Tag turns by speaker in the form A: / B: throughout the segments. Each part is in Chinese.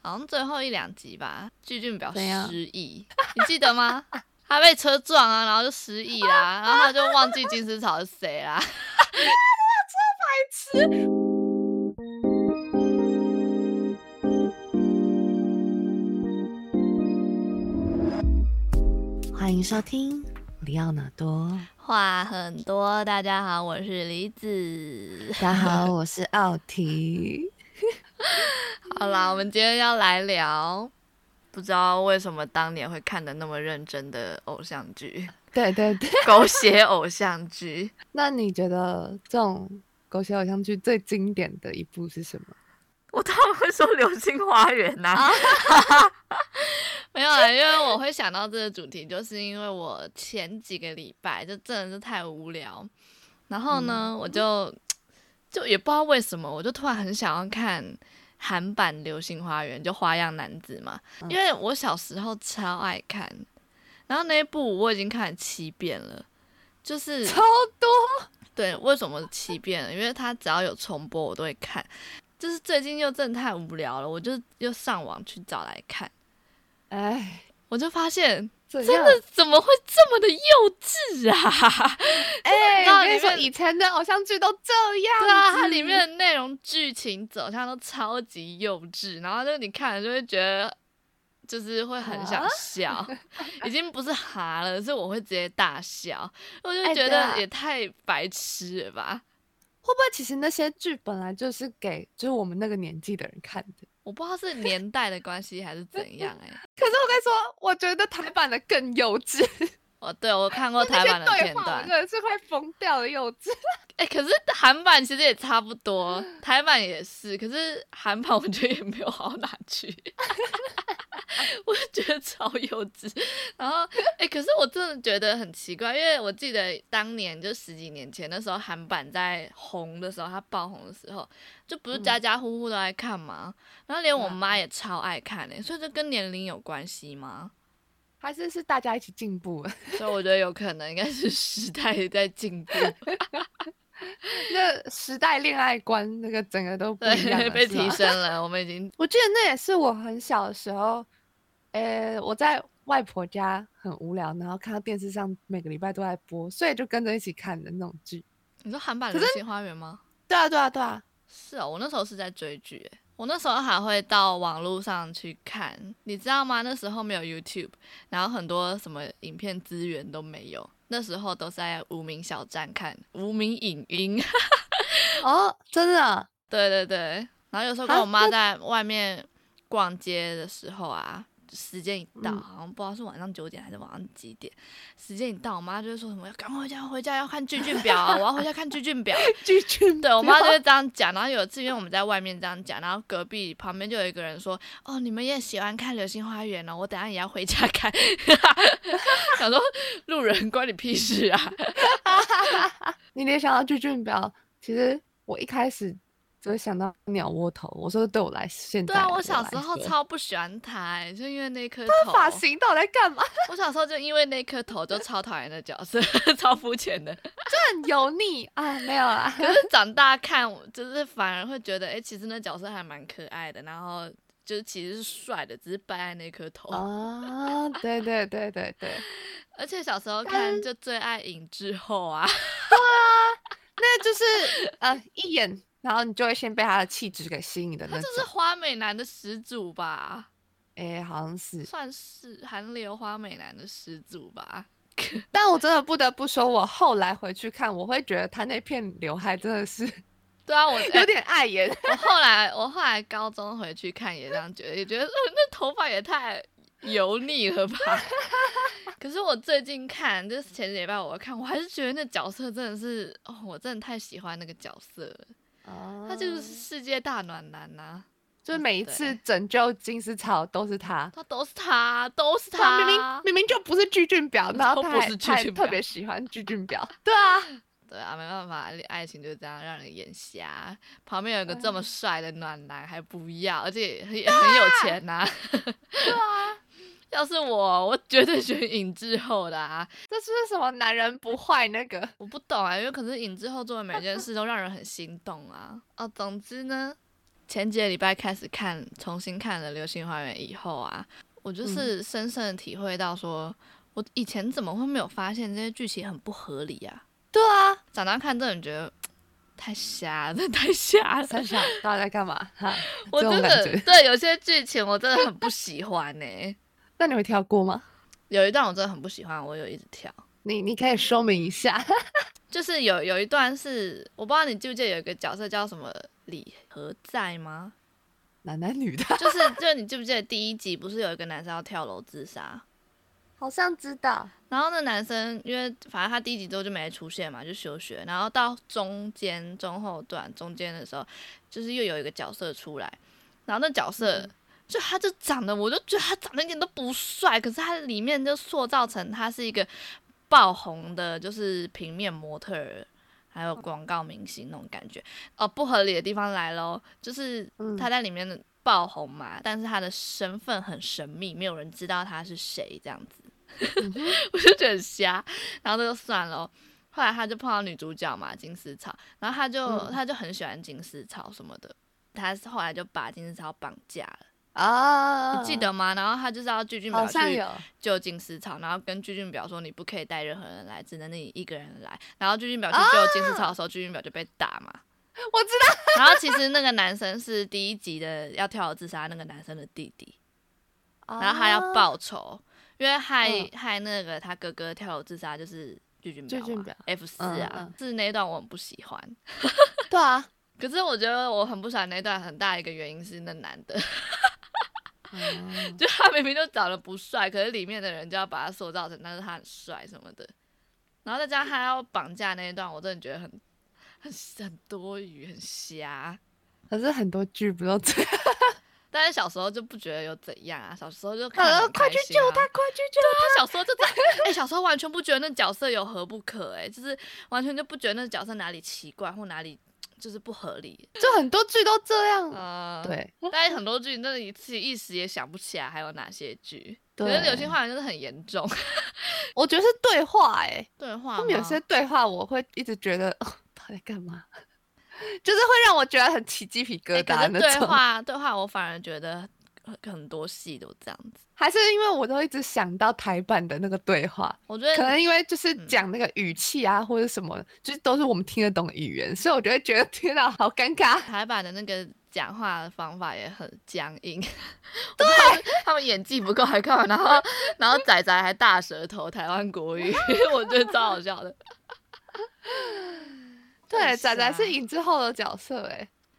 A: 好像最后一两集吧，巨俊表
B: 怎样
A: 失忆，你记得吗？ 他被车撞啊，然后就失忆啦， 然后他就忘记金丝草是谁啦。
B: 欢迎收听里奥纳 多。
A: 话很多，大家好，我是李子。
B: 大家好，我是奥提。
A: 好啦，我们今天要来聊，不知道为什么当年会看的那么认真的偶像 剧，
B: 对对对，
A: 狗血偶像剧。
B: 那你觉得这种狗血偶像剧最经典的一部是什么？
C: 我当然会说《流星花园》呐、
A: 没有啊啦，因为我会想到这个主题，就是因为我前几个礼拜就真的是太无聊，然后呢，我就就也不知道为什么，我就突然很想要看韩版《流星花园》，就《花样男子》嘛，
B: 嗯
A: 因为我小时候超爱看，然后那一部我已经看了七遍了， 就是
B: 超多，
A: 对，为什么七遍了？因为它只要有重播，我都会看。就是最近又真的太无聊了，我就又上网去找来看，
B: 哎，
A: 我就发现
B: 真
A: 真的怎么会这么的幼稚啊？
B: 哎，
A: 真的
B: 我跟你说，
A: 里面
B: 以前的偶像剧都这样。
A: 对啊，它里面的内容、剧情走向都超级幼稚，然后就你看了就会觉得，就是会很想
B: 啊
A: 笑，已经不是哈了，是我会直接大笑，我就
B: 哎
A: 觉
B: 对啊
A: 得也太白痴了吧。
B: 会不会其实那些剧本来就是给就是我们那个年纪的人看的？
A: 我不知道是年代的关系还是怎样 哎、
B: 可是我跟你说，我觉得台版的更幼稚，
A: 哦，对我看过台版
B: 那些
A: 的
B: 对
A: 片
B: 话
A: 段
B: 我真，的是快疯掉的幼稚。
A: 哎、可是韩版其实也差不多，台版也是，可是韩版我觉得也没有好哪去， 我就觉得超幼稚。然后，哎、可是我真的觉得很奇怪，因为我记得当年就十几年前那时候韩版在红的时候，它爆红的时候，就不是
B: 嗯
A: 家家户户都爱看嘛，然后连我
B: 对啊
A: 妈也超爱看嘞、所以这跟年龄有关系吗？
B: 还是是大家一起进步了，
A: 所以我觉得有可能应该是时代在进步。
B: 那时代恋爱观那个整个都 不一样
A: 对，
B: 了
A: 被
B: 是吧
A: 提升了，我们已经
B: 我记得那也是我很小的时候，呃，我在外婆家很无聊，然后看到电视上每个礼拜都在播，所以就跟着一起看的那种剧。
A: 你说韩版《
B: 可
A: 流
B: 是
A: 星花园》吗？
B: 对啊，对啊，对啊，
A: 是哦，我那时候是在追剧耶，我那时候还会到网络上去看，你知道吗？那时候没有 YouTube，然后很多什么影片资源都没有，那时候都是在无名小站看无名影音。
B: 哦，真的啊，
A: 对对对，然后有时候
B: 哈
A: 跟我妈在外面逛街的时候啊，时间一到，
B: 嗯
A: 好像不知道是晚上九点还是晚上几点，时间一到，我妈就会说什么要赶快回家，回家要看剧俊表啊，我要回家看 剧俊表。
B: 剧剧
A: 对我妈就会这样讲，然后有一次因为我们在外面这样讲，然后隔壁旁边就有一个人说：“哦，你们也喜欢看《流星花园》哦，我等一下也要回家看。” 想说路人关你屁事啊！
B: 你联想到剧剧表，其实我一开始只会想到鸟窝头，我说对我来现在
A: 对啊，
B: 我
A: 我小
B: 来
A: 时候
B: 说
A: 超不喜欢他、欸，就因为那 颗头。
B: 发型到底在干嘛？
A: 我小时候就因为那颗头就超讨厌的角色， 超肤浅的。
B: 很油腻啊，没 有啦。
A: 可是长大看，我就是反而会觉得，哎、其实那角色还蛮可爱的，然后就是其实是帅的，只是败在那颗头。哦
B: 啊，对对对对对，
A: 而且小时候
B: 但
A: 看就最爱尹志后啊，
B: 那就是呃一眼，然后你就会先被他的气质给吸引的那
A: 他就
B: 种。
A: 是花美男的始祖吧，
B: 哎、好像是，
A: 算是韩流花美男的始祖吧。
B: 但我真的不得不说，我后来回去看，我会觉得他那片刘海真的是
A: 对啊，我、
B: 有
A: 哎
B: 点碍眼。
A: 我后来我后来高中回去看也这样觉得，也觉得、呃那头发也太油腻了吧。 可是我最近看，就是前几礼拜我看，我还是觉得那角色真的是，哦，我真的太喜欢那个角色了。 他
B: 他
A: 就是世界大暖男呐、
B: 哦就是每一次
A: 对
B: 拯救金丝草都是他，
A: 他都是他，都是
B: 他明明明明就不是鞠俊 表，然后
A: 都
B: 他
A: 不
B: 还
A: 是
B: 他还
A: 具俊
B: 特
A: 表
B: 别喜欢鞠俊表。对啊，
A: 对啊，没办法，爱情就是这样让人眼瞎。旁边有一个这
B: 嗯
A: 么帅的暖男还不要，而且也很也很有钱呐、
B: 啊对啊，
A: 要是我，我绝对选尹志后的啊！
B: 这是不是什么男人不坏 那个？
A: 我不懂啊，因为可是尹志后做的每件事都让人很心动啊。哦，总之呢，前几个礼拜开始看，重新看了《流星花园》以后啊，我
B: 嗯
A: 就是深深的体会到说，我以前怎么会没有发现这些剧情很不合理啊？
B: 对啊，
A: 长大看真的觉得太瞎了，太瞎 了。
B: 三小到底在干嘛？哈，
A: 我
B: 这种
A: 真
B: 感
A: 的
B: 觉
A: 对有些剧情我真的很不喜欢呢、
B: 那你会跳过吗？
A: 有一段我真的很不喜欢，我有一直跳。
B: 你你可以说明一下，
A: 就是有有一段是我不知道你记不记得有一个角色叫什么李和在吗？
B: 男男女的，
A: 就是 就是你记不记得第一集不是有一个男生要跳楼自杀？
B: 好像知道。
A: 然后那男生因为反正他第一集之后就没出现嘛，就休学。然后到中间中后段中间的时候，就是又有一个角色出来，然后那角色、
B: 嗯
A: 就他就长得，我就觉得他长得一点都不帅，可是他里面就塑造成他是一个爆红的，就是平面模特儿。还
B: 嗯
A: 有广告明星那种感觉哦，不合理的地方来喽，就是
B: 嗯
A: 他在里面的爆红嘛，但是他的身份很神秘，没有人知道他是谁这样子。
B: 嗯哼
A: 我就觉得很瞎，然后这就算了哦、后来他就碰到女主角嘛，金丝草，然后他就、
B: 嗯
A: 他就很喜欢金丝草什么的，他后来就把金丝草绑架了，
B: 啊，
A: 你记得吗？然后他就是要拒俊
B: 好
A: 表
B: 像
A: 去
B: 有，
A: 救金丝草，然后跟拒俊表说你不可以带任何人来，只能你一个人来。然后拒俊表去救金丝草的时候，拒俊表就被打嘛。
B: 啊我知道。
A: 然后其实那个男生是第一集的要跳楼自杀那个男生的弟弟，然后他要
B: 报，
A: 报仇，因为害、
B: 啊嗯
A: 害那个他哥哥跳楼自杀就是巨俊表
B: 巨俊
A: 嘛
B: 表
A: F 四
B: 嗯
A: 啊，
B: 嗯
A: 是那一段我很不喜欢。
B: 对啊，
A: 可是我觉得我很不喜欢那一段，很大一个原因是那男的，
B: 嗯
A: 就他明明就长得不帅，可是里面的人就要把他塑造成但是他很帅什么的，然后再加上他要绑架那一段，我真的觉得很很很多余，很瞎。
B: 可是很多剧不都 这样？
A: 但是小时候就不觉得有怎样啊，小时候就看得
B: 呃，
A: 很
B: 快
A: 开
B: 去
A: 心
B: 救
A: 啊
B: 他，快去救
A: 他小时候就在， 哎、小时候完全不觉得那角色有何不可、哎，就是完全就不觉得那角色哪里奇怪或哪里就是不合理，
B: 他！就很多剧都这样。
A: 呃，。
B: 对，
A: 但是很多剧，那你自己一时也想不起来还有哪些剧。可是《流
B: 对
A: 星花园》就是很严重
B: 我觉得是对话哎，
A: 对话吗，
B: 他们有些对话我会一直觉得，哦， 到底在干 嘛？就是会让我觉得很起鸡皮疙
A: 哎可
B: 瘩
A: 是
B: 那
A: 对
B: 种。
A: 话对话，我反而觉得很很多戏都这样子。
B: 还是因为我都一直想到台版的那个对话，
A: 我觉得
B: 可能因为就是
A: 嗯
B: 讲那个语气啊，或者什么，就是都是我们听得懂的语言，所以我就会觉得天哪，好尴尬。
A: 台版的那个讲话的方法也很僵硬， 对，他们他们演技不够还干嘛？然后然后仔仔还大舌头台湾国语， 我觉得超好笑的。
B: 对，
A: 很
B: 仔仔
A: 瞎
B: 是影之后的角色、欸，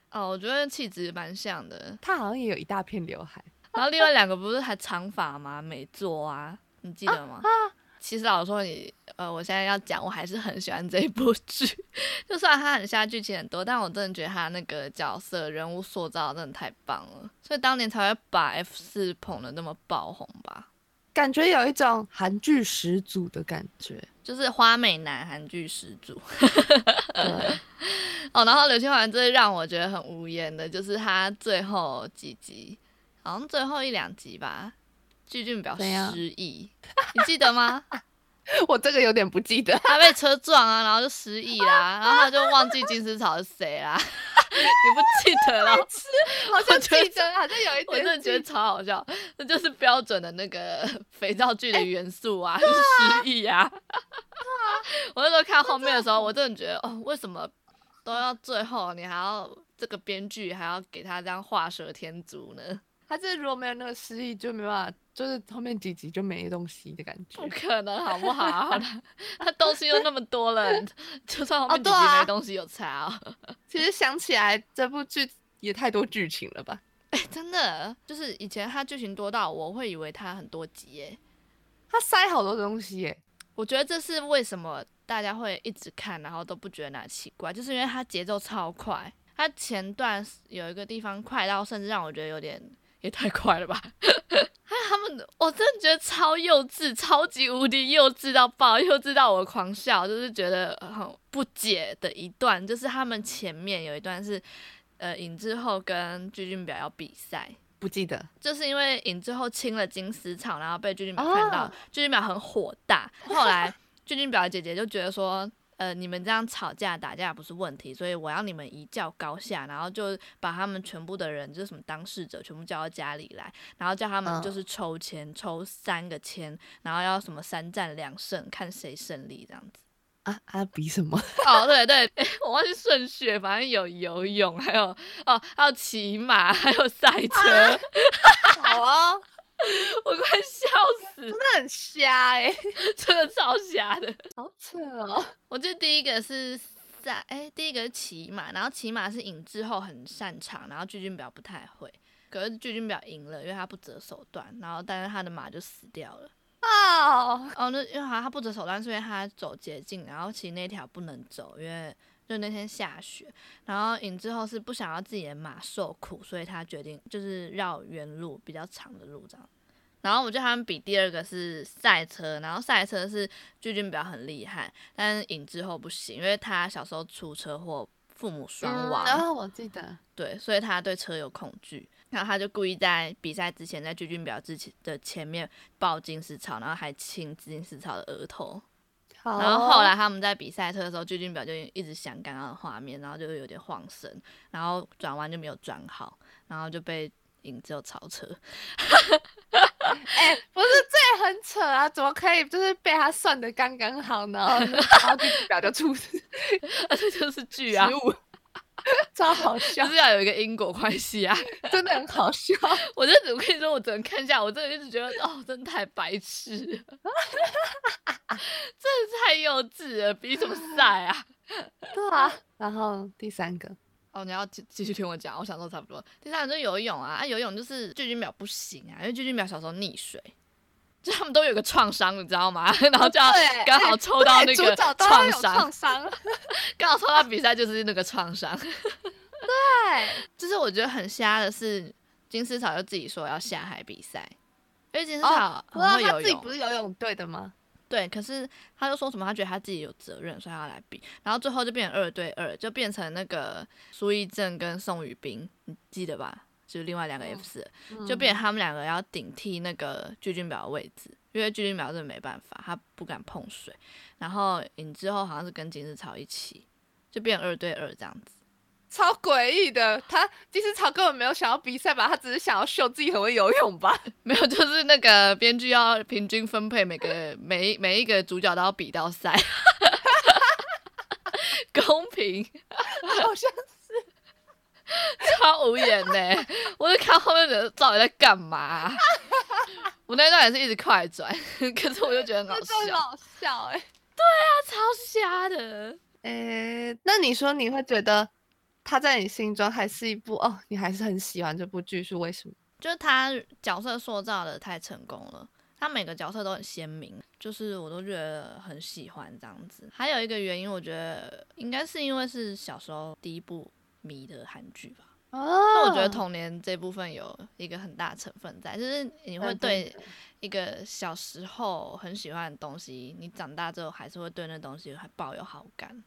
B: 哎，
A: 哦，我觉得气质蛮像的。
B: 他好像也有一大片刘海
A: 然后另外两个不是还长发吗？美作啊，你记得吗？
B: 啊，
A: 其实老实说你，呃，我现在要讲，我还是很喜欢这一部剧。 就算它很瞎，剧情很多，但我真的觉得它那个角色人物塑造真的太棒了，所以当年才会把 F 四捧得那么爆红吧。
B: 感觉有一种韩剧始祖的感觉。
A: 就是花美男韩剧始祖
B: 对，
A: 哦，然后刘青华最让我觉得很无言的，就是他最后几集，好像最后一两集吧，具俊表
B: 怎样
A: 失忆，你记得吗？
B: 我这个有点不记 得，
A: 他被车撞啊，然后就失忆啦，然后他就忘记金丝草是谁啦， 你不记得 了？
B: 好像
A: 觉得
B: 记得，好像有一点 记。
A: 我真的觉得超好笑，这就是标准的那个 肥皂剧的元素啊，失忆啊。 我那时候看后面的时候，我真的觉得，哦，为什么都要最后你还要这个编剧还要给他这样画蛇添足呢？
B: 他这如果没有那个失忆，就没办法，就是后面几集就没东西的感觉
A: 不。可能，好不 好？他东西又那么多了，就算后
B: 哦
A: 面几
B: 对
A: 集
B: 啊
A: 没东西有差哦。
B: 其实想起来，这部剧也太多剧情了吧？
A: 哎真的，就是以前它剧情多到我会以为它很多集耶。
B: 他塞好多东西耶。
A: 我觉得这是为什么大家会一直看，然后都不觉得哪奇怪，就是因为它节奏超快。它前段有一个地方快到，甚至让我觉得有点也太快了吧。 还有他们，我真的觉得超幼稚，超级无敌幼稚到爆，幼稚到我狂笑，就是觉得很不解的一段，就是他们前面有一段是，呃，尹志后跟具俊表要比赛，
B: 不记得，
A: 就是因为尹之后亲了金丝草，然后被鞠俊淼
B: 哦
A: 看到，鞠俊淼很火大。后来鞠俊淼的姐姐就觉得说，呃，你们这样吵架打架不是问题，所以我要你们一较高下，然后就把他们全部的人，就是什么当事者，全部叫到家里来，然后叫他们
B: 嗯
A: 就是抽签，抽三个签，然后要什么三战两胜，看谁胜利这样子。
B: 啊啊，比什么？
A: 哦，对对， 诶我忘记顺序，反正有游泳，还有哦，还有骑马，还有赛 车，
B: 好哦，
A: 我快笑死，
B: 那很瞎哎、
A: 真的超瞎的。
B: 好扯哦。
A: 我记得第一个是赛，哎、第一个是骑马，然后骑马是尹志后很擅长，然后巨俊表不太会。可是巨俊表赢了，因为他不择手段，然后但是他的马就死掉了。
B: 哦，
A: 哦，那因为他他不择手段，是因为他走捷径，然后其实那条不能走，因为就那天下雪，然后尹志后是不想要自己的马受苦，所以他决定就是绕原路比较长的路这样。然后我觉得他们比第二个是赛车，然后赛车是巨俊表很厉害，但是尹志后不行，因为他小时候出车祸，父母双亡，
B: 嗯然后我记得，
A: 对，所以他对车有恐惧，然后他就故意在比赛之前，在鞠俊表之前的前面抱金丝草，然后还亲金丝草的额头。
B: 好
A: 然后后来他们在比赛车的时候，鞠俊表就一直想刚刚的画面，然后就有点晃神，然后转弯就没有转好，然后就被影子有超车。
B: 哎、不是这也很扯啊！怎么可以就是被他算的刚刚好呢？ 然后就表就出十
A: 这就是剧啊，
B: 五，超好笑
A: 就，是要有一个因果关系 啊。
B: 真的很好笑。
A: 我真的，我跟你说，我只能看一下，我真的一直觉得，哦，真的太白痴了，真 的是太幼稚了，比什么赛啊？
B: 对啊，然后第三个，
A: 哦，你要继继续听我讲，我想说差不多。第三个就是游泳啊，啊游泳就是巨菌秒不行啊，因为巨菌秒小时候溺水，就他们都有个创伤，你知道吗？ 然后就要
B: 哦对哎
A: 刚好抽到那
B: 对主
A: 个
B: 角都要
A: 创
B: 有
A: 伤
B: 创，伤，
A: 刚好抽到比赛就是那个创伤。
B: 对，
A: 就是我觉得很瞎的是，金丝草就自己说要下海比赛，因为金丝草
B: 不
A: 很
B: 过
A: 会
B: 哦他
A: 游
B: 自己
A: 泳，
B: 不是游泳队的吗？
A: 对，可是他就说什么，他觉得他自己有责任，所以他要来比，然后最后就变成二对二，就变成那个苏一正跟宋雨冰，你记得吧？就是另外两个
B: 嗯
A: F 四、就变成他们两个要顶替那个巨俊表的位置，因为巨俊表真的没办法，他不敢碰水。然后尹之后好像是跟金日草一起，就变二对二这样子。
B: 超诡异的。他其实草根本没有想要比赛吧，他只是想要秀自己很会游泳 吧。
A: 没有，就是那个编剧要平均分配每个每一每一个主角都要比到赛， 公平，
B: 好像
A: 超无言呢、 我就看后面的到底在干嘛啊、 我那段也是一直快转， 可是我就觉得很好
B: 这
A: 笑
B: 真，的好笑哎、
A: 他超瞎的。
B: 诶、那你说你会觉得他在你心中还是一部哦，你还是很喜欢这部剧，是为什么？
A: 就是他角色塑造的太成功了，他每个角色都很鲜明，就是我都觉得很喜欢这样子。还有一个原因，我觉得应该是因为是小时候第一部迷的韩剧吧。
B: 哦
A: 那我觉得童年这部分有一个很大成分在，就是你会对一个小时候很喜欢的东西，你长大之后还是会对那东西还抱有好感。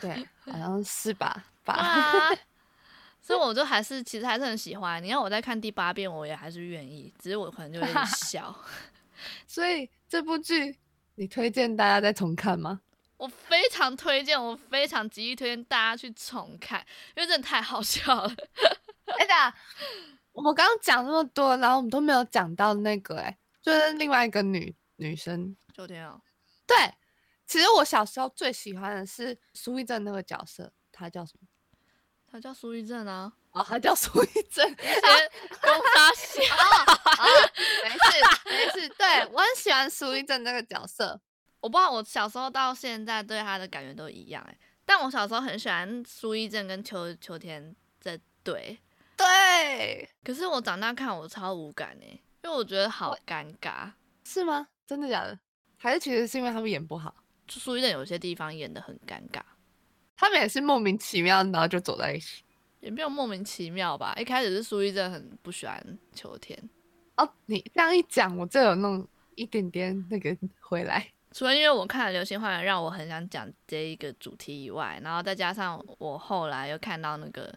B: 对， 好像是吧？吧，
A: 啊， 所以我就还是其实还是很喜欢。你要我再看第八遍，我也还是愿意，只是我可能就有 点小。
B: 所以这部剧你推荐大家再重看吗？
A: 我非常推荐，我非常极力推荐大家去重看，因为真的太好笑了。
B: 哎呀，我们刚刚讲那么多，然后我们都没有讲到那个、哎，就是另外一个女女生。
A: 九天哦，
B: 对，其实我小时候最喜欢的是苏一正那个角色，她叫什么？
A: 他叫苏玉正啊，
B: 哦，她叫苏一正。
A: 直接公发现。
B: 啊，没事没事，对我很喜欢苏一正这个角色。
A: 我不知道我小时候到现在对他的感觉都一样哎、但我小时候很喜欢苏一正跟秋秋天这对，
B: 对，
A: 可是我长大看我超无感哎、因为我觉得好尴尬。
B: 是吗？真的假的？还是其实是因为他们演不好，
A: 就苏一正有些地方演的很尴尬，
B: 他们也是莫名其妙，然后就走在一起。
A: 也没有莫名其妙吧。一开始是苏一正很不喜欢秋天，
B: 哦，你这样一讲，我就有那种一点点那个回来。
A: 除了因为我看了《流星花园》，让我很想讲这一个主题以外，然后再加上我后来又看到那个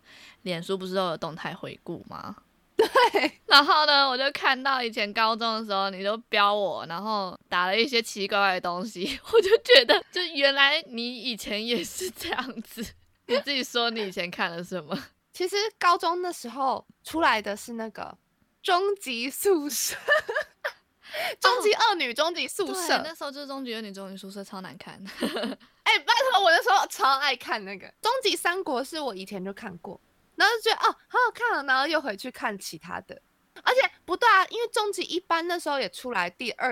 A: 脸书不是都有动态回顾吗？ 然后呢，我就看到以前高中的时候，你都标我，然后打了一些奇怪的东西， 我就觉得，就原来你以前也是这样子。你自己说你以前看了什么？
B: 其实高中的时候出来的是那个终极宿舍，终极恶女、终极宿舍。
A: 对那时候就是终极有点终极宿舍超难看。
B: 哎、拜托， 我那时候超爱看那个《终极三国》，是我以前就看过，然后就觉得哦，好好看、哦，然后又回去看其他的。而且不对啊，因为《终极一班》那时候也出来第二，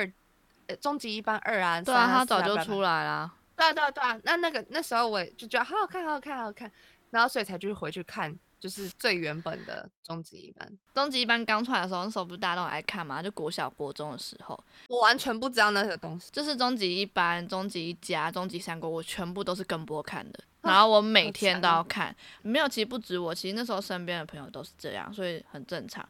B: 呃，《终极一班二》啊，
A: 对
B: 三
A: 啊， 他早就。
B: 四
A: 出来啦。
B: 对啊，对啊，对啊。那那个那时候我也就觉得好好看，好好看，好好看，然后所以才去回去看，就是最原本的《终极一班》。
A: 终极一班刚出来的时候，那时候不是大家都很爱看嘛？就国小、国中的时候，
B: 我完全不知道那个东西。
A: 就是终极一班、终极一家、终极三国，我全部都是跟播看的。然后我每天都要看，没有，其实不止我，其实那时候身边的朋友都是这样，所以很正常。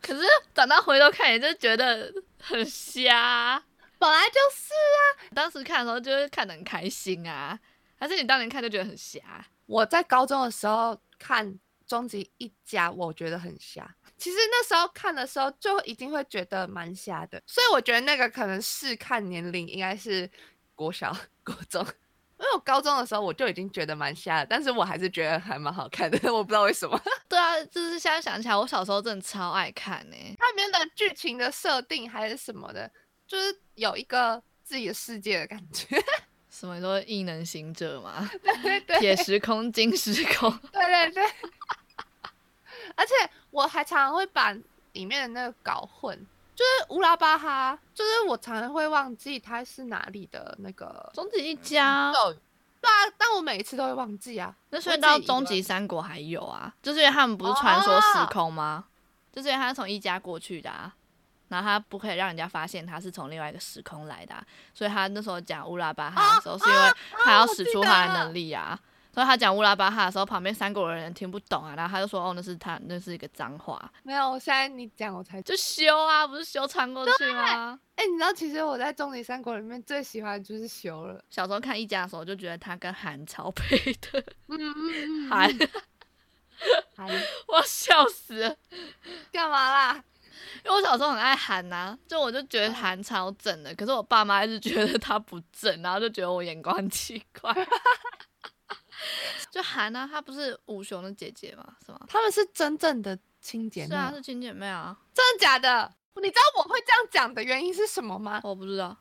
A: 可是长大回头看，也就觉得很瞎啊。
B: 本来就是
A: 当时看的时候，就是看得很开心啊，还是你当年看就觉得很瞎？
B: 我在高中的时候看《终极一家》，我觉得很瞎。其实那时候看的时候就已经会觉得蛮瞎的，所以我觉得那个可能是看年龄，应该是国小、国中。因为我高中的时候我就已经觉得蛮瞎的，但是我还是觉得还蛮好看的， 我不知道为什么。
A: 对啊，就是现在想起来，我小时候真的超爱看呢、
B: 它里面的剧情的设定还是什么的，就是有一个自己的世界的感觉。
A: 什么都异能行者 嘛，
B: 对对
A: 铁时空、金时空，
B: 对对对， 而且我还常常会把里面的那个搞混，就是乌拉巴哈，就是我常常会忘记它是哪里的那个
A: 终极一家。
B: 咒语。对啊，但我每一次都会忘记啊。
A: 那所以到终极三国还有啊，就是因为他们不是传说时空吗？就是因为他是从一家过去的啊，然后他不可以让人家发现他是从另外一个时空来的、啊，所以他那时候讲乌拉巴哈的时候，是因为他要使出他的能力啊。所以他讲乌拉巴哈的时候，旁边三国人也听不懂啊，然后他就说：“哦，那是他，那是一个脏话，
B: 没有，我现在你讲我才。
A: 就修啊，不是修穿过去吗？”
B: 哎、你知道其实我在《终极三国》里面最喜欢的就是修了。
A: 小时候看一家的时候，就觉得他跟韩超配的，
B: 嗯嗯嗯，
A: 韩，
B: 韩
A: 我要笑死了。
B: 干嘛啦？
A: 因为我小时候很爱韩呐、就我就觉得韩超正的，可是我爸妈一直觉得他不正，然后就觉得我眼光很奇怪。 就韩啊，她不是五雄的姐姐吗？是吗？
B: 他们是真正的亲姐
A: 是
B: 妹
A: 啊，
B: 吗，
A: 是亲姐妹啊，
B: 真的假的？你知道我会这样讲的原因是什么吗？
A: 我不知道。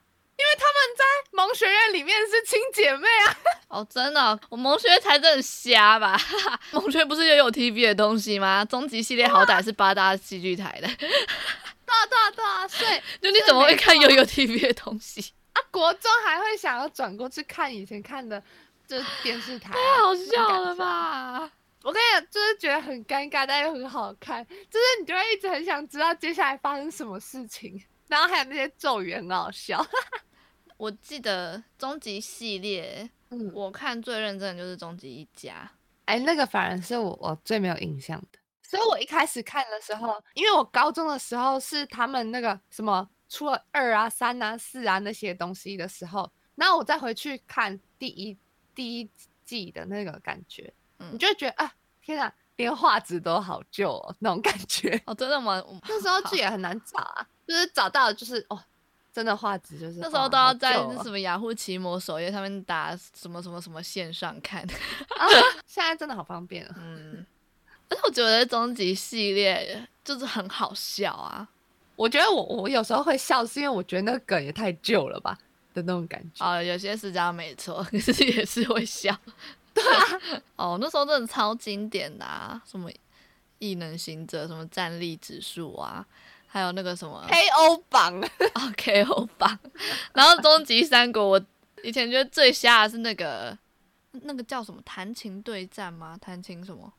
B: 萌学院里面是亲姐妹啊。
A: 哦，真的哦，我萌学才真的很瞎吧？ 萌学不是也有 TV 的东西吗？终极系列好歹是八大戏剧台的，
B: 对啊，对啊，对啊，所以
A: 就你怎么会看
B: 有
A: 悠悠 TV 的东西？
B: 啊？国中还会想要转过去看以前看的，就是电视台 啊、
A: 太好
B: 这种感
A: 笑
B: 觉
A: 了
B: 啊！
A: 吧！
B: 我跟你讲，就是觉得很尴尬，但又很好看，就是你就会一直很想知道接下来发生什么事情，然后还有那些咒语很好笑。
A: 我记得终极系列
B: 嗯，
A: 我看最认真的就是《终极一家
B: 哎，那个反而是我我最没有印象的，所以我一开始看的时候，因为我高中的时候是他们那个什么出了二啊、三啊、四啊那些东西的时候，然后我再回去看第一第一季的那个感觉，你
A: 嗯
B: 就会觉得啊，天啊，连画质都好旧哦，那种感觉。》
A: 哦，真的吗？我
B: 那时候剧
A: 好
B: 也很难找啊，就是找到的就是哦，真的画质就是
A: 那时候
B: 哦
A: 都要
B: 好
A: 在
B: 旧
A: 那
B: 哦
A: 什么雅虎奇摩首页上面打什么什么什么线上看，
B: 啊，现在真的好方便啊。
A: 嗯， 而且我觉得终极系列就是很好笑啊，
B: 我觉得我我有时候会笑，是因为我觉得那个梗也太旧了吧的那种感觉。
A: 哦，有些是这样没错，可是也是会笑，对、哦，那时候真的超经典的啊，什么异能行者，什么战力指数啊，还有那个什么
B: KO 榜，啊
A: 哦 KO 榜，然后终极三国，我以前觉得最瞎的是那个那个叫什么弹琴对战吗？弹琴什么？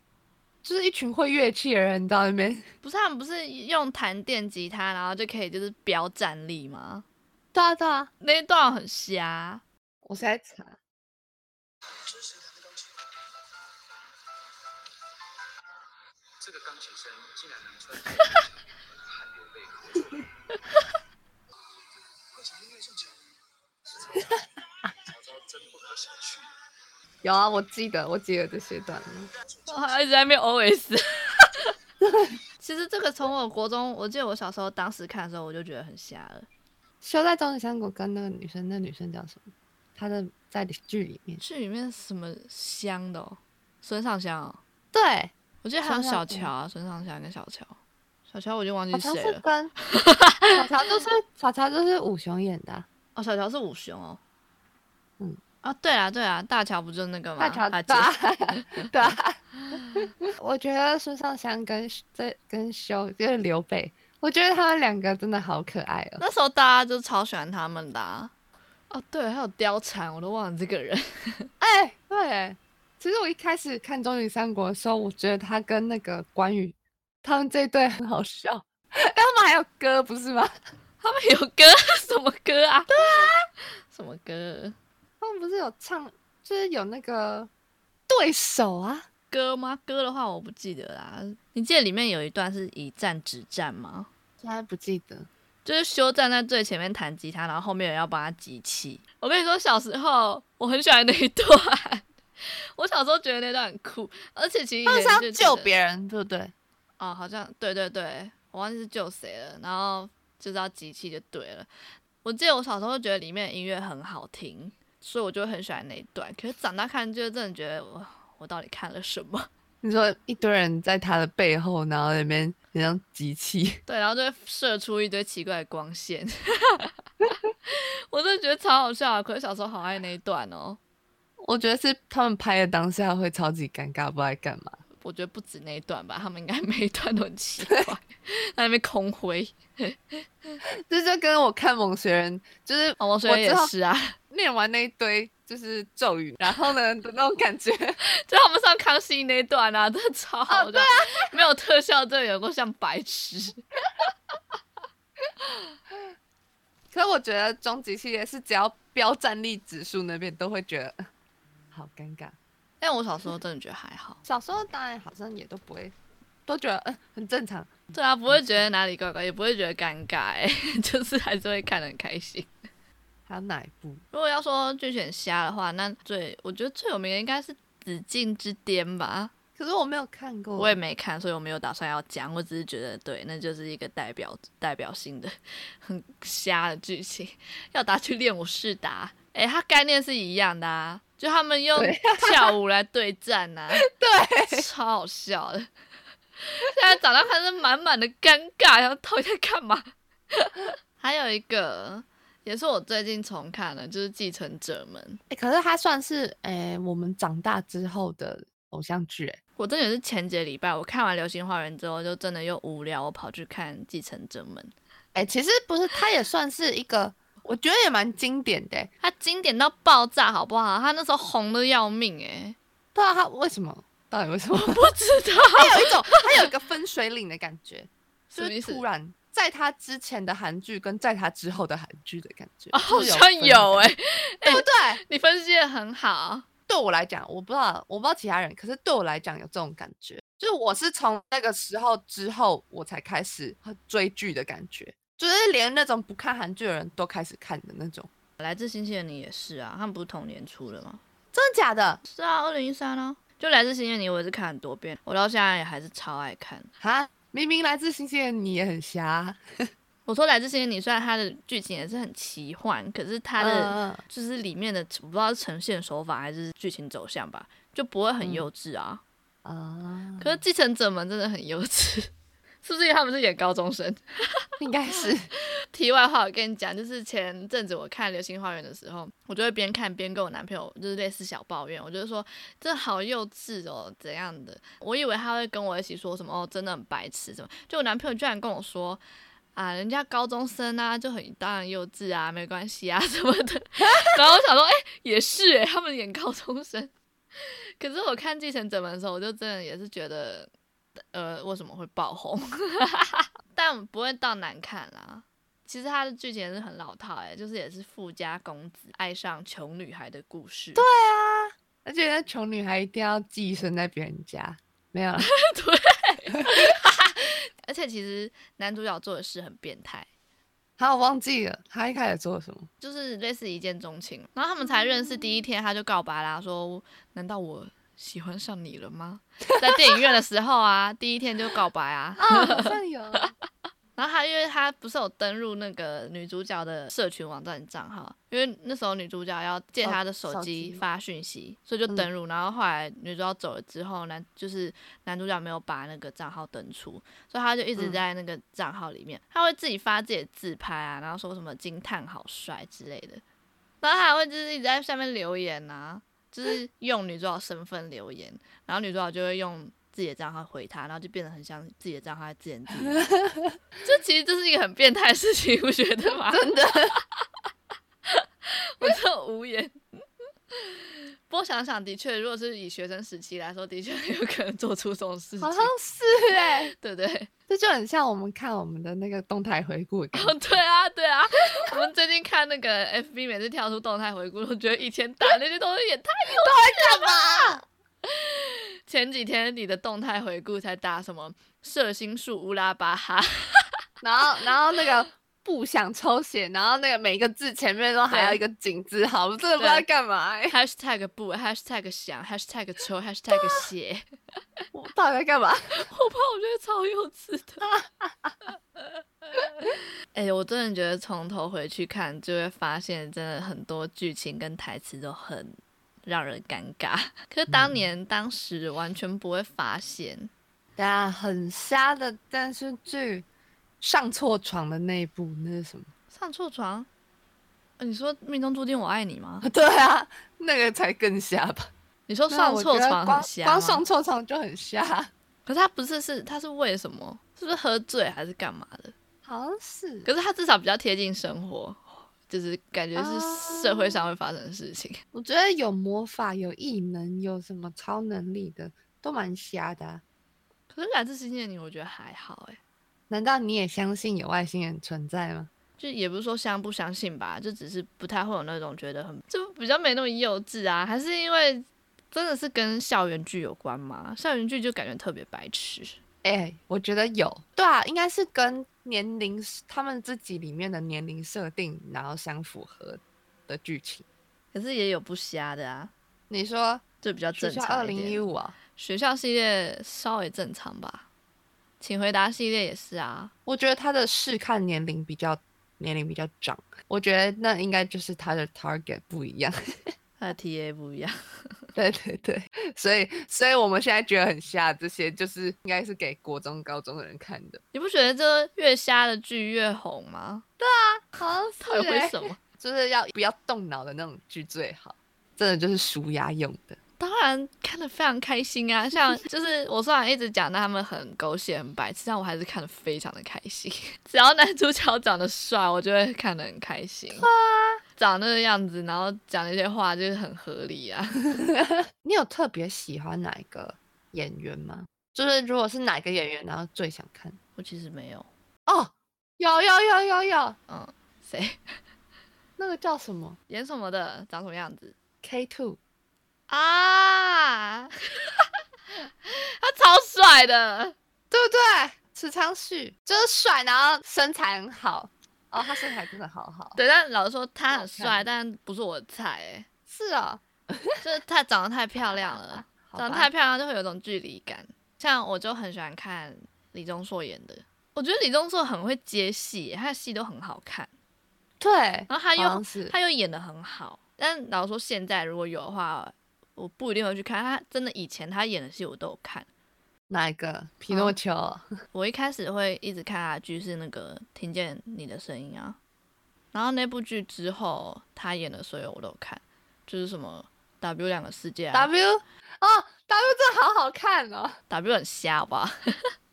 B: 就是一群会乐器的人到那边。
A: 不是他们不是用弹电吉他，然后就可以就是飙战力吗？
B: 对啊对啊，
A: 那一段很瞎，
B: 我是在 查。
D: 这是谁弹的钢琴？这个钢琴声竟然能穿越汗流背河。为什么音乐这么强？是曹操，曹操真不可小觑。
B: 有啊，
A: 哦
B: 我记得，我记得这些段落。
A: 我还一直在那边 OS， 其实这个从我国中，我记得我小时候当时看的时候，我就觉得很瞎了。
B: 修在终极三国跟那个女生，那女生叫什么？她的在剧里面，
A: 这里面什么香的、哦，孙尚香、哦，
B: 对，
A: 我记得还有
B: 孙
A: 小
B: 尚香
A: 乔啊，孙尚香跟小乔，小乔我已经忘记
B: 小
A: 是
B: 乔
A: 谁
B: 是
A: 了。
B: 跟小乔就是小乔就是武雄演的啊、
A: 哦，小乔是五雄哦。
B: 嗯。
A: 啊，对啊，对啊，大乔不就那个吗？
B: 大乔
A: 他
B: 对
A: 姐。
B: 啊 对啊，我觉得孙尚香跟这跟修就是刘备，我觉得他们两个真的好可爱哦。
A: 那时候大家就超喜欢他们的、啊。哦，对，还有貂蝉，我都忘了这个人。
B: 哎、对，其实我一开始看《终极三国》的时候，我觉得他跟那个关羽他们这一对很好笑， 哎，他们还有歌不是吗？
A: 他们有歌， 什么歌啊？对啊， 什么歌？
B: 他们不是有唱，就是有那个对手啊，
A: 歌吗？歌的话我不记得啦。你记得里面有一段是以战止战吗？
B: 现在不记得。
A: 就是修站在最前面弹吉他，然后后面有人要帮他集气。我跟你说，小时候我很喜欢那一段， 我小时候觉得那段很酷，而且其实
B: 他们是要
A: 以前就觉
B: 救
A: 得
B: 别人，对不对？
A: 哦，好像对对对，我忘记是救谁了，然后就是要集气就对了。我记得我小时候觉得里面的音乐很好听，所以我就很喜欢那一段。可是长大看，就真的觉得我我到底看了什么？
B: 你说一堆人在他的背后，然后那边很像集气，
A: 对，然后就会射出一堆奇怪的光线， 我真的觉得超好笑啊。可是小时候好爱那一段哦，
B: 我觉得是他们拍的当下会超级尴尬，不知道在干嘛。
A: 我觉得不止那一段吧，他们应该每一段都很奇怪， 在那边空挥。
B: 这就跟我看《猛学人》，就是
A: 哦，我
B: 我
A: 所以
B: 之
A: 也
B: 后
A: 是啊，
B: 念完那一堆就是咒语，然后呢的那种感觉。
A: 就他们上康熙那一段啊，真的超好笑，没有特效，真的有够像白痴。
B: 可是我觉得终极系列是只要标战力指数那边都会觉得呃好尴尬。
A: 但我小时候真的觉得还好，
B: 小时候当然好像也都不会，都觉得嗯很正常。
A: 对啊，不会觉得哪里怪怪，也不会觉得尴尬、欸， 就是还是会看得很开心。
B: 还有哪一部？
A: 如果要说剧选瞎的话，那最我觉得最有名的应该是《紫禁之巅》吧，
B: 可是我没有看过。
A: 我也没看，所以我没有打算要讲，我只是觉得对，那就是一个代表代表性的很瞎的剧情，要打去练武士打，诶、它概念是一样的啊，就他们用
B: 对
A: 跳舞来对战呐、啊，
B: 对，
A: 超好笑的。现在长大看是满满的尴尬，然后到底在干嘛？ 还有一个也是我最近重看的，就是《继承者们》，
B: 欸可是它算是诶、我们长大之后的偶像剧、欸，
A: 我真的是前几个礼拜我看完《流星花园》之后，就真的又无聊，我跑去看《继承者们》。
B: 哎、其实不是，它也算是一个，我觉得也蛮经典的、欸。
A: 他经典到爆炸，好不好？他那时候红的要命、欸，
B: 不知道它为什么，到底为什么，
A: 不知道，
B: 它有一种它有一个分水岭的感 觉，
A: 什
B: 就
A: 么意
B: 是
A: 思
B: 突然在它之前的韩剧跟在它之后的韩剧的感觉，
A: 好
B: 就是
A: 像
B: 分的
A: 有哎、
B: 感觉对不对？
A: 你分析的很好，
B: 对我来讲，我不知道我不知道其他人，可是对我来讲有这种感觉，就是我是从那个时候之后我才开始呃追剧的感觉。就是连那种不看韩剧的人都开始看的那种，
A: 来自星星的你也是啊，他们不是同年出的吗？
B: 真的假的？
A: 是啊，二零一三啊，就来自星星的你，我也是看很多遍，我到现在也还是超爱看。
B: 哈，明明来自星星的你也很瞎啊，
A: 我说来自星星的你，虽然它的剧情也是很奇幻，可是它的、
B: 嗯嗯
A: 就是里面的我不知道是呈现手法还是剧情走向吧，就不会很
B: 嗯
A: 幼稚啊。
B: 啊，
A: 可是继承者们真的很幼稚， 是不是因为他们是演高中生？
B: 应该是
A: 题外话，我跟你讲，就是前阵子我看《流星花园》的时候，我就会边看边跟我男朋友就是类似小抱怨，我就说这好幼稚哦，怎样的？我以为他会跟我一起说什么哦，真的很白痴什么，就我男朋友居然跟我说。啊，人家高中生啊，就很当然幼稚啊，没关系啊 什么的。然后我想说，哎、也是哎、他们演高中生。可是我看《继承者们》的时候，我就真的也是觉得，呃，为什么会爆红？ 但不会到难看啦。其实它的剧情也是很老套哎、就是也是富家公子爱上穷女孩的故事。对
B: 而且那穷女孩一定要寄生在别人家，没有啦
A: 对，而且其实男主角做的事很变态，
B: 好，我忘记了她一开始做了什么。
A: 就是类似一见钟情，然后他们才认识第一天他就告白啦，说难道我喜欢上你了吗？在电影院的时候啊，第一天就告白啊。
B: 啊，好像 有，
A: 然后他因为他不是有登录那个女主角的社群网站账号，因为那时候女主角要借
B: 手
A: 他的手
B: 手
A: 机
B: 机
A: 发讯息，所以就
B: 嗯
A: 登录。然后后来女主角走了之后，男就是男主角没有把那个账号登出，所以他就一直
B: 嗯
A: 在那个账号里面，他会自己发自己的自拍啊，然后说什么惊叹好帅之类的，然后他还会就是一直在下面留言啊，就是用女主角身份留言， 然后女主角就会用自己的账号回他，然后就变得很像自己的账号在自言自语。这其实这是一个很变态的事情，你不觉得吗？真的， 我真的无言。不过想想，的确，如果是以学生时期来说，的确很有可能做出这种事情
B: 好，像是 哎、
A: 对不对？
B: 这就很像我们看我们的那个动态回顾的感觉。
A: 哦，对啊，对啊，我们最近看那个 FB，每次跳出动态回顾，我觉得以前打那些东西也太……
B: 干嘛？
A: 前几天你的动态回顾才打什么射心术乌拉巴哈，
B: 然后，然后那个不想抽血，然后那个每个字前面都还有一个井字号，我真的不知道
A: 对
B: 干嘛哎、
A: #hashtag 不 #hashtag 想 #hashtag 抽
B: 啊
A: #hashtag 写，
B: 我到底在干嘛？
A: 我怕我觉得超幼稚的。 哎、我真的觉得从头回去看，就会发现真的很多剧情跟台词都很让人尴尬。可是当年、当时完全不会发现，
B: 对啊，很瞎的电视剧，上错床的那一部那是什么？
A: 上错床。呃你说命中注定我爱你吗？
B: 对啊，那个才更瞎吧？
A: 你说
B: 那
A: 上
B: 我
A: 错
B: 觉得
A: 床很
B: 光
A: 瞎
B: 光
A: 吗
B: 上错床就很 瞎，
A: 可是他不是是他是为什么？是不是喝醉还是干嘛的？
B: 好像是。
A: 可是他至少比较贴近生活，就是感觉是社会上会发生的事情。
B: 我觉得有魔法、有异能、有什么超能力的，都蛮瞎的啊、
A: 可是来自星星的你，我觉得还好哎、
B: 难道你也相信有外星人存在吗？
A: 就也不是说相不相信吧，就只是不太会有那种觉得很就比较没那么幼稚啊，还是因为真的是跟校园剧有关吗？校园剧就感觉特别白痴。
B: 哎、我觉得有，对啊，应该是跟年龄他们自己里面的年龄设定，然后相符合的剧情。
A: 可是也有不瞎的啊，
B: 你说
A: 就比较
B: 学
A: 正
B: 校
A: 常
B: 二
A: 一点
B: 零一五啊？
A: 学校系列稍微正常吧，请回答系列也是啊。
B: 我觉得他的试看年龄比较年龄比较长，我觉得那应该就是他的 target 不一样。
A: 它的 TA 不一样，
B: 对对对，所以所以我们现在觉得很瞎，这些就是应该是给国中高中的人看的。
A: 你不觉得这越瞎的剧越红吗？
B: 啊好像是、欸
A: 到底为什么？
B: 就是要不要动脑的那种剧最好，真的就是舒压用的。
A: 当然看得非常开心 啊！像就是我虽然一直讲他们很狗血、很白痴，但我还是看得非常的开心。 只要男主角长得帅，我就会看得很开心。长那个样子，然后讲那些话，就是很合理啊。
B: 你有特别喜欢哪一个演员吗？就是如果是哪个演员，然后最想看？
A: 我其实没有，
B: 哦，有有有有有，
A: 嗯，谁
B: 那个叫什么
A: 演什么的，长什么样子
B: K Two？
A: 啊？ 他超帅的，
B: 对不对？池昌旭就是帅，然后身材很好。哦，他身材真的好好。
A: 对，但老实说他很
B: 好看
A: 帅，但不是我的菜、欸，
B: 是哦，
A: 就是他长得太漂亮了。
B: 好
A: 长得
B: 吧
A: 太漂亮就会有种距离感。像我就很喜欢看李钟硕演的，我觉得李钟硕很会接戏，他的戏都很好看，
B: 对，
A: 然后他
B: 好像
A: 又
B: 是
A: 他又演的很好。但老实说，现在如果有的话，我不一定会去看。他真的以前他演的戏我都有看，
B: 哪一个？皮诺丘哦？
A: 我一开始会一直看他的剧是那个《听见你的声音》啊，然后那部剧之后他演的所有我都有看，就是什么 W 两个世界、啊、
B: W 哦，W 真的好好看哦。
A: W 很瞎，好不好？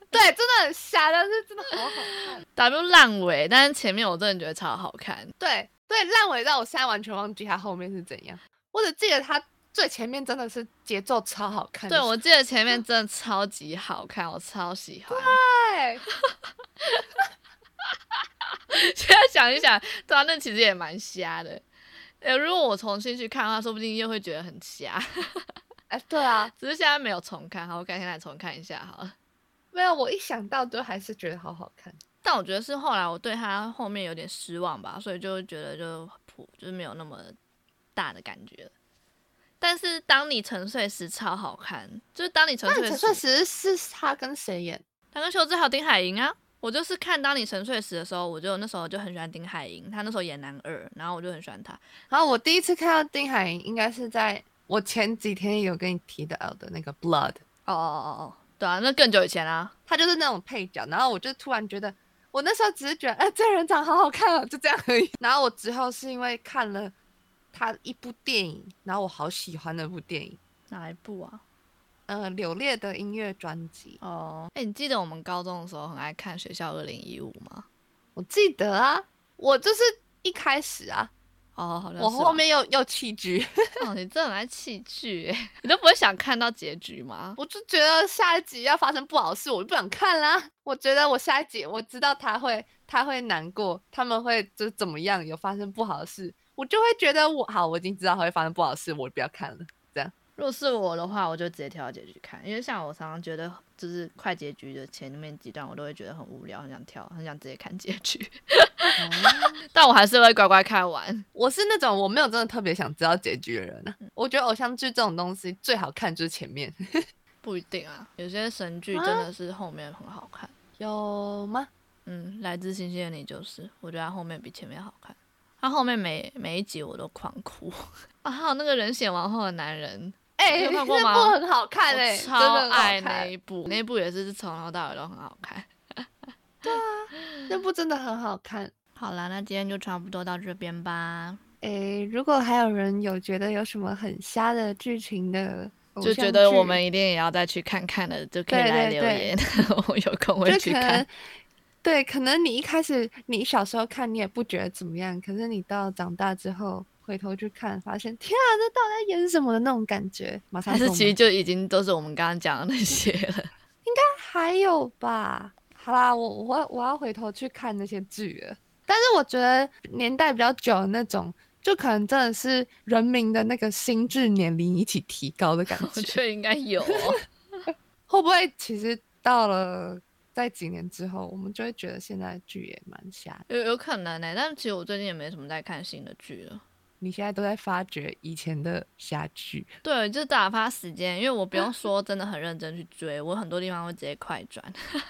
B: 对，真的很瞎，但是真的好好看。
A: W 烂尾，但是前面我真的觉得超好看。
B: 对对，烂尾到我现在完全忘记它后面是怎样，我只记得它最前面真的是节奏超好看的。
A: 对，我记得前 面真的超级好看，我超喜欢。
B: 对，
A: 现在想一想，对啊，那其实也蛮瞎的。呃，如果我重新去看的话，说不定又会觉得很瞎。
B: 哎，对啊，
A: 只是现在没有重看，好，我改天来重看一下好了。
B: 没有，我一想到就还是觉得好好看。
A: 但我觉得是后来我对他后面有点失望吧，所以就会觉得就普就是没有那么大的感觉了。但是当你沉睡时超好看，就是当你沉
B: 那
A: 睡
B: 你
A: 时，
B: 陈算时是他跟谁演？
A: 他跟秀智还有丁海寅啊。我就是看当你沉睡时的时候，我就那时候就很喜欢丁海寅，他那时候演男二，然后我就很喜欢他。
B: 然后我第一次看到丁海寅，应该是在我前几天有跟你提到的那个《Blood》，
A: 哦哦哦哦，对啊，那更久以前啦、啊。
B: 他就是那种配角。然后我就突然觉得，我那时候只是觉得，哎、这人长得好好看啊，就这样而已。然后我之后是因为看了他一部电影，然后我好喜欢那部电影，
A: 哪一部啊？
B: 呃，柳烈的音乐专辑，
A: 哦，哎，你记得我们高中的时候很爱看《学校二零一五》吗？
B: 我记得啊，我就是一开始啊，
A: 哦，好像是
B: 我后
A: 吧
B: 面又又弃剧，
A: 哦，你真的很爱弃剧哎， 你都不会想看到结局吗？
B: 我就觉得下一集要发生不好的事，我就不想看啦。我觉得我下一集我知道他会他会难过，他们会就是怎么样，有发生不好的事，我就会觉得我好，我已经知道他会发生不好的事，我不要看了。
A: 如果是我的话，我就直接跳到结局看，因为像我常常觉得就是快结局的前面几段，我都会觉得很无聊，很想跳，很想直接看结局， 但我还是会乖乖看完。
B: 我是那种我没有真的特别想知道结局的人、
A: 嗯
B: 啊，我觉得偶像剧这种东西最好看就是前面，
A: 不一定啊，有些神剧真的是后面很好看。
B: 有吗？
A: 嗯，来自星星的你就是，我觉得它后面比前面好看。它后面每每一集我都狂哭 啊，还有那个人血王后的男人，
B: 哎、
A: 你有
B: 那
A: 看
B: 部
A: 过吗
B: 很好看哎、
A: 我
B: 真的
A: 超
B: 很好
A: 爱那
B: 看
A: 一部，那一部也是从头到尾都很好看。
B: 那部真的很好看。
A: 好啦，那今天就差不多到这边吧。
B: 诶，如果还有人有觉得有什么很瞎的剧情的偶
A: 就
B: 像
A: 觉
B: 剧，
A: 得我们一定也要再去看看了，就可以
B: 对
A: 来
B: 对
A: 留
B: 对
A: 言， 我有空会
B: 就
A: 去
B: 可
A: 看
B: 能。对，可能你一开始你小时候看你也不觉得怎么样，可是你到长大之后回头去看，发现天啊，这到底在演什么的那种感觉，马上
A: 但是
B: 送
A: 其实
B: 门
A: 就已经都是我们刚刚讲的那些了。
B: 还有吧。好啦，我我我要回头去看那些剧了，但是我觉得年代比较久的那种，就可能真的是人民的那个心智年龄一起提高的感
A: 我
B: 觉
A: 觉。得应该有、哦，
B: 会不会其实到了在几年之后，我们就会觉得现在的剧也蛮瞎的？
A: 有有可能呢、欸但其实我最近也没什么在看新的剧了。
B: 你现在都在发掘以前的瞎剧，
A: 对，就打发时间，因为我不用说，真的很认真去追，我很多地方会直接快转。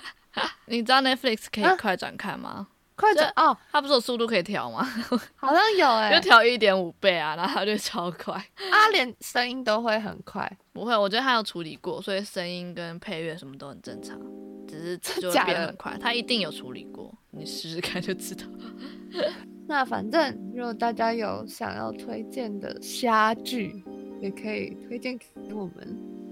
A: 你知道 Netflix 可
B: 啊
A: 以快转看吗？
B: 快转哦，
A: 它不是有速度可以调吗？
B: 好像有哎、
A: 就调一点五倍啊，然后它就超快。
B: 啊，连声音都会很快，
A: 不会，我觉得它有处理过，所以声音跟配乐什么都很正常，只是就会
B: 假
A: 变
B: 的
A: 很快。它一定有处理过，你试试看就知道。
B: 那反正如果大家有想要推荐的瞎剧，也可以推荐给我们，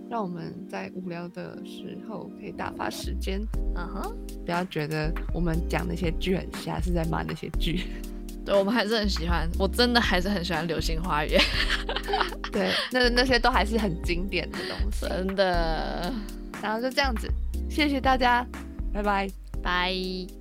B: 让我们在无聊的时候可以打发时间，
A: 嗯哼，
B: 不要觉得我们讲那些剧很瞎是在骂那些剧。
A: 对我们还是很喜欢，我真的还是很喜欢《流星花园
B: 对，那那些都还是很经典的东》，西。
A: 真的。
B: 然后就这样子，谢谢大家，拜拜。
A: 拜。